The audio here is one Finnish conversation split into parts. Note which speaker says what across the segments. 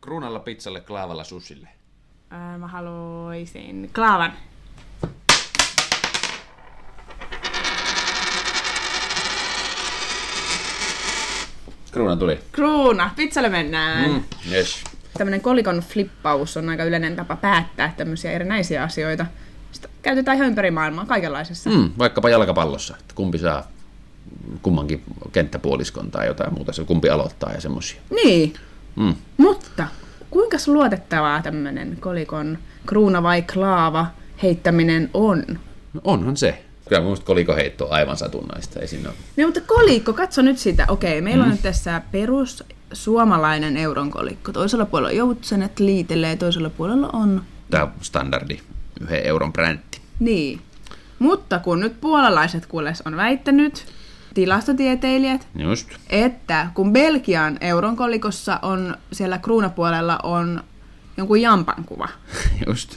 Speaker 1: Kruunalla pizzalle, klaavalla sushille.
Speaker 2: Ää, mä haluaisin klaavan.
Speaker 1: Kruuna tuli.
Speaker 2: Kruuna, pizzalle mennään. Mm.
Speaker 1: Mm, yes.
Speaker 2: Tämmönen kolikon flippaus on aika yleinen tapa päättää tämmöisiä erinäisiä asioita. Sitä käytetään ihan ympäri maailmaa kaikenlaisessa.
Speaker 1: Mm, vaikkapa jalkapallossa, että kumpi saa kummankin kenttäpuoliskon tai jotain muuta, se kumpi aloittaa ja semmoisia.
Speaker 2: Niin,
Speaker 1: Mm.
Speaker 2: mutta kuinka luotettavaa tämmönen kolikon kruuna vai klaava heittäminen on?
Speaker 1: No onhan se. Kyllä mun mielestä kolikoheitto on aivan satunnaista, ei siinä ole.
Speaker 2: No mutta kolikko, katso nyt sitä. Okei, meillä mm. on nyt tässä perus suomalainen euron kolikko. Toisella puolella on joutsenet, liitelee, toisella puolella on...
Speaker 1: Tämä on standardi, yhden euron bräntti.
Speaker 2: Niin. Mutta kun nyt puolalaiset kuules on väittänyt, tilastotieteilijät,
Speaker 1: Just.
Speaker 2: että kun Belgian euron kolikossa on siellä kruunapuolella on jonkun jampan kuva.
Speaker 1: Just.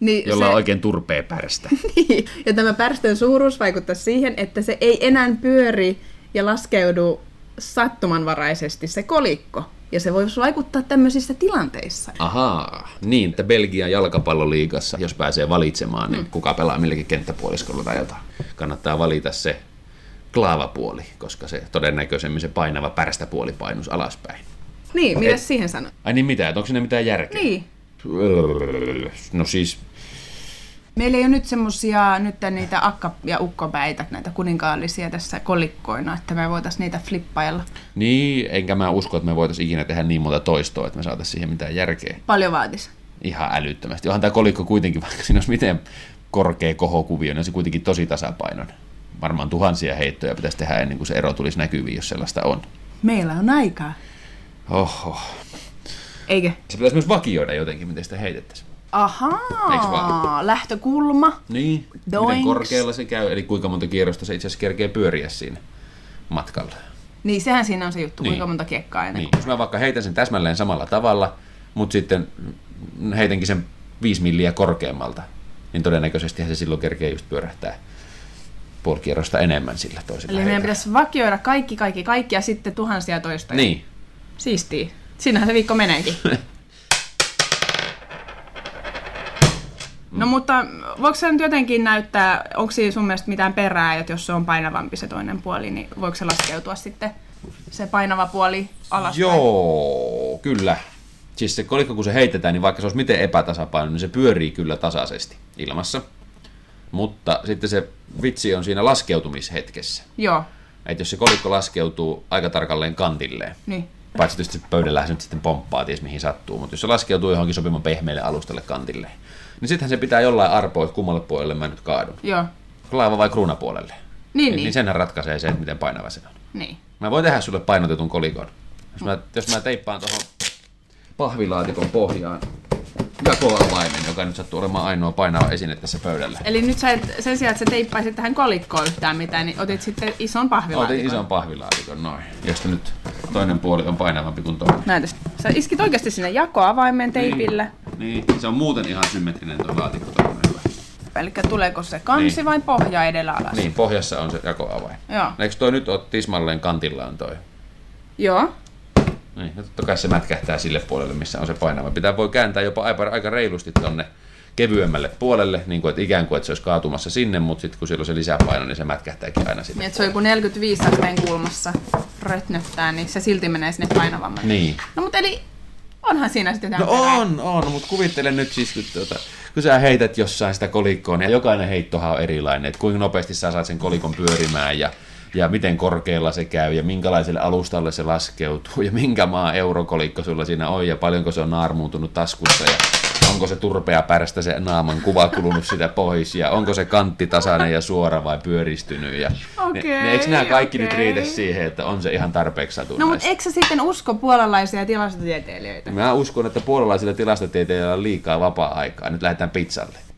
Speaker 2: Niin
Speaker 1: Jolla on
Speaker 2: se,
Speaker 1: oikein turpea pärstä.
Speaker 2: Niin. Ja tämä pärstön suuruus vaikuttaa siihen, että se ei enää pyöri ja laskeudu sattumanvaraisesti se kolikko. Ja se voisi vaikuttaa tämmöisissä tilanteissa.
Speaker 1: Ahaa, niin, että Belgian jalkapalloliigassa, jos pääsee valitsemaan, niin kuka pelaa milläkin kenttäpuoliskolla tai jotain. Kannattaa valita se klaavapuoli, koska se todennäköisemmin se painava pärstäpuoli painus alaspäin.
Speaker 2: Niin, mitä siihen sanot?
Speaker 1: Ai niin mitä, että onko siinä mitään järkeä?
Speaker 2: Niin.
Speaker 1: No siis,
Speaker 2: Meillä ei ole nyt semmosia nyt niitä akka- ja ukkopäitä, näitä kuninkaallisia tässä kolikkoina, että me voitaisiin niitä flippailla.
Speaker 1: niin, enkä mä usko, että me voitaisiin ikinä tehdä niin monta toistoa, että me saataisiin siihen mitään järkeä.
Speaker 2: Paljon vaatis.
Speaker 1: Ihan älyttömästi. Onhan tämä kolikko kuitenkin, vaikka siinä olisi miten korkea kohokuvio, niin se kuitenkin tosi tasapainon. Varmaan tuhansia heittoja pitäisi tehdä ennen kuin se ero tulisi näkyviin, jos sellaista on.
Speaker 2: Meillä on aikaa.
Speaker 1: Oho.
Speaker 2: Eikö?
Speaker 1: Se pitäisi myös vakioida jotenkin, miten sitä heitettäisiin. Eiks
Speaker 2: Ahaa, lähtökulma.
Speaker 1: Niin. Miten
Speaker 2: Doinks.
Speaker 1: korkealla se käy, eli kuinka monta kierrosta se itse asiassa kerkee pyöriä siinä matkalla.
Speaker 2: Niin, sehän siinä on se juttu,
Speaker 1: Niin.
Speaker 2: kuinka monta kiekkaa ennen.
Speaker 1: Niin. Jos mä vaikka heitän sen täsmälleen samalla tavalla, mutta sitten heitänkin sen 5 milliä korkeammalta, niin todennäköisesti se silloin kerkee just pyörähtää puoli kierrosta enemmän sillä toisella
Speaker 2: Eli meidän
Speaker 1: heitolla.
Speaker 2: pitäisi vakioida kaikki, kaikki, kaikki ja sitten tuhansia toistoja.
Speaker 1: Niin.
Speaker 2: Siistii. Siinähän se viikko meneekin. No mutta voiko se nyt jotenkin näyttää, onko siinä sun mielestä mitään perää, että jos se on painavampi se toinen puoli, niin voiko se laskeutua sitten se painava puoli alas?
Speaker 1: Joo, kyllä. Siis se kolikko, kun se heitetään, niin vaikka se olisi miten epätasapaino, niin se pyörii kyllä tasaisesti ilmassa. Mutta sitten se vitsi on siinä laskeutumishetkessä.
Speaker 2: Joo,
Speaker 1: Että jos se kolikko laskeutuu aika tarkalleen kantilleen,
Speaker 2: niin.
Speaker 1: paitsi tietysti se pöydällähän se nyt sitten pomppaa, ties mihin sattuu, mutta jos se laskeutuu johonkin sopivan pehmeälle alustalle kantilleen, niin sittenhän se pitää jollain arpoa, että kummalle puolelle mä nyt kaadun.
Speaker 2: Joo.
Speaker 1: Klaava vai kruunapuolelle?
Speaker 2: Niin,
Speaker 1: niin
Speaker 2: niin.
Speaker 1: senhän ratkaisee se, että miten painava se on.
Speaker 2: niin.
Speaker 1: Mä voin tehdä sulle painotetun kolikon. Jos mä, jos mä teippaan tuohon pahvilaatikon pohjaan jakoavaimen, joka nyt sattuu olemaan ainoa painava esine tässä pöydällä.
Speaker 2: Eli nyt sä et, sen sijaan, että sä teippaisit tähän kolikkoon yhtään mitään, niin otit sitten ison pahvilaatikon.
Speaker 1: Otin ison pahvilaatikon noin, josta nyt toinen puoli on painavampi kuin toinen.
Speaker 2: Näytä. Sä iskit oikeasti sinne jakoavaimen teipillä.
Speaker 1: Niin, se on muuten ihan symmetrinen tuo laatikko. Toi on hyvä.
Speaker 2: Eli tuleeko se kansi
Speaker 1: Niin.
Speaker 2: vai pohja edellä alas?
Speaker 1: Niin, pohjassa on se jakoavain.
Speaker 2: Joo.
Speaker 1: Eikö toi nyt ole tismalleen kantillaan toi?
Speaker 2: Joo.
Speaker 1: Niin, ja totta kai se mätkähtää sille puolelle, missä on se painava. Pitää voi kääntää jopa aika, aika reilusti tonne kevyemmälle puolelle, niin kuin, että ikään kuin että se olisi kaatumassa sinne, mutta sitten kun siellä on se lisäpaino, niin se mätkähtääkin aina sinne.
Speaker 2: Niin, että se on joku 45 asteen kulmassa rötnöttää, niin se silti menee sinne painavammalle.
Speaker 1: Niin.
Speaker 2: No mutta eli onhan siinä sitten
Speaker 1: No
Speaker 2: jotain perää.
Speaker 1: on, on, mutta kuvittele nyt siis, kun, tuota, kun sä heität jossain sitä kolikkoa, niin jokainen heittohan on erilainen, että kuinka nopeasti sä saat sen kolikon pyörimään ja, ja miten korkealla se käy ja minkälaiselle alustalle se laskeutuu ja minkä maa eurokolikko sulla siinä on ja paljonko se on naarmuuntunut taskussa ja onko se turpea pärstä se naaman kuva kulunut sitä pois ja onko se kantti tasainen ja suora vai pyöristynyt ja ne,
Speaker 2: Okei,
Speaker 1: ne, eikö nämä kaikki nyt
Speaker 2: okei.
Speaker 1: riitä siihen, että on se ihan tarpeeksi satunnaista?
Speaker 2: No mutta eikö sä sitten usko puolalaisia tilastotieteilijöitä?
Speaker 1: Mä uskon, että puolalaisilla tilastotieteilijöillä on liikaa vapaa-aikaa. Nyt lähdetään pizzalle.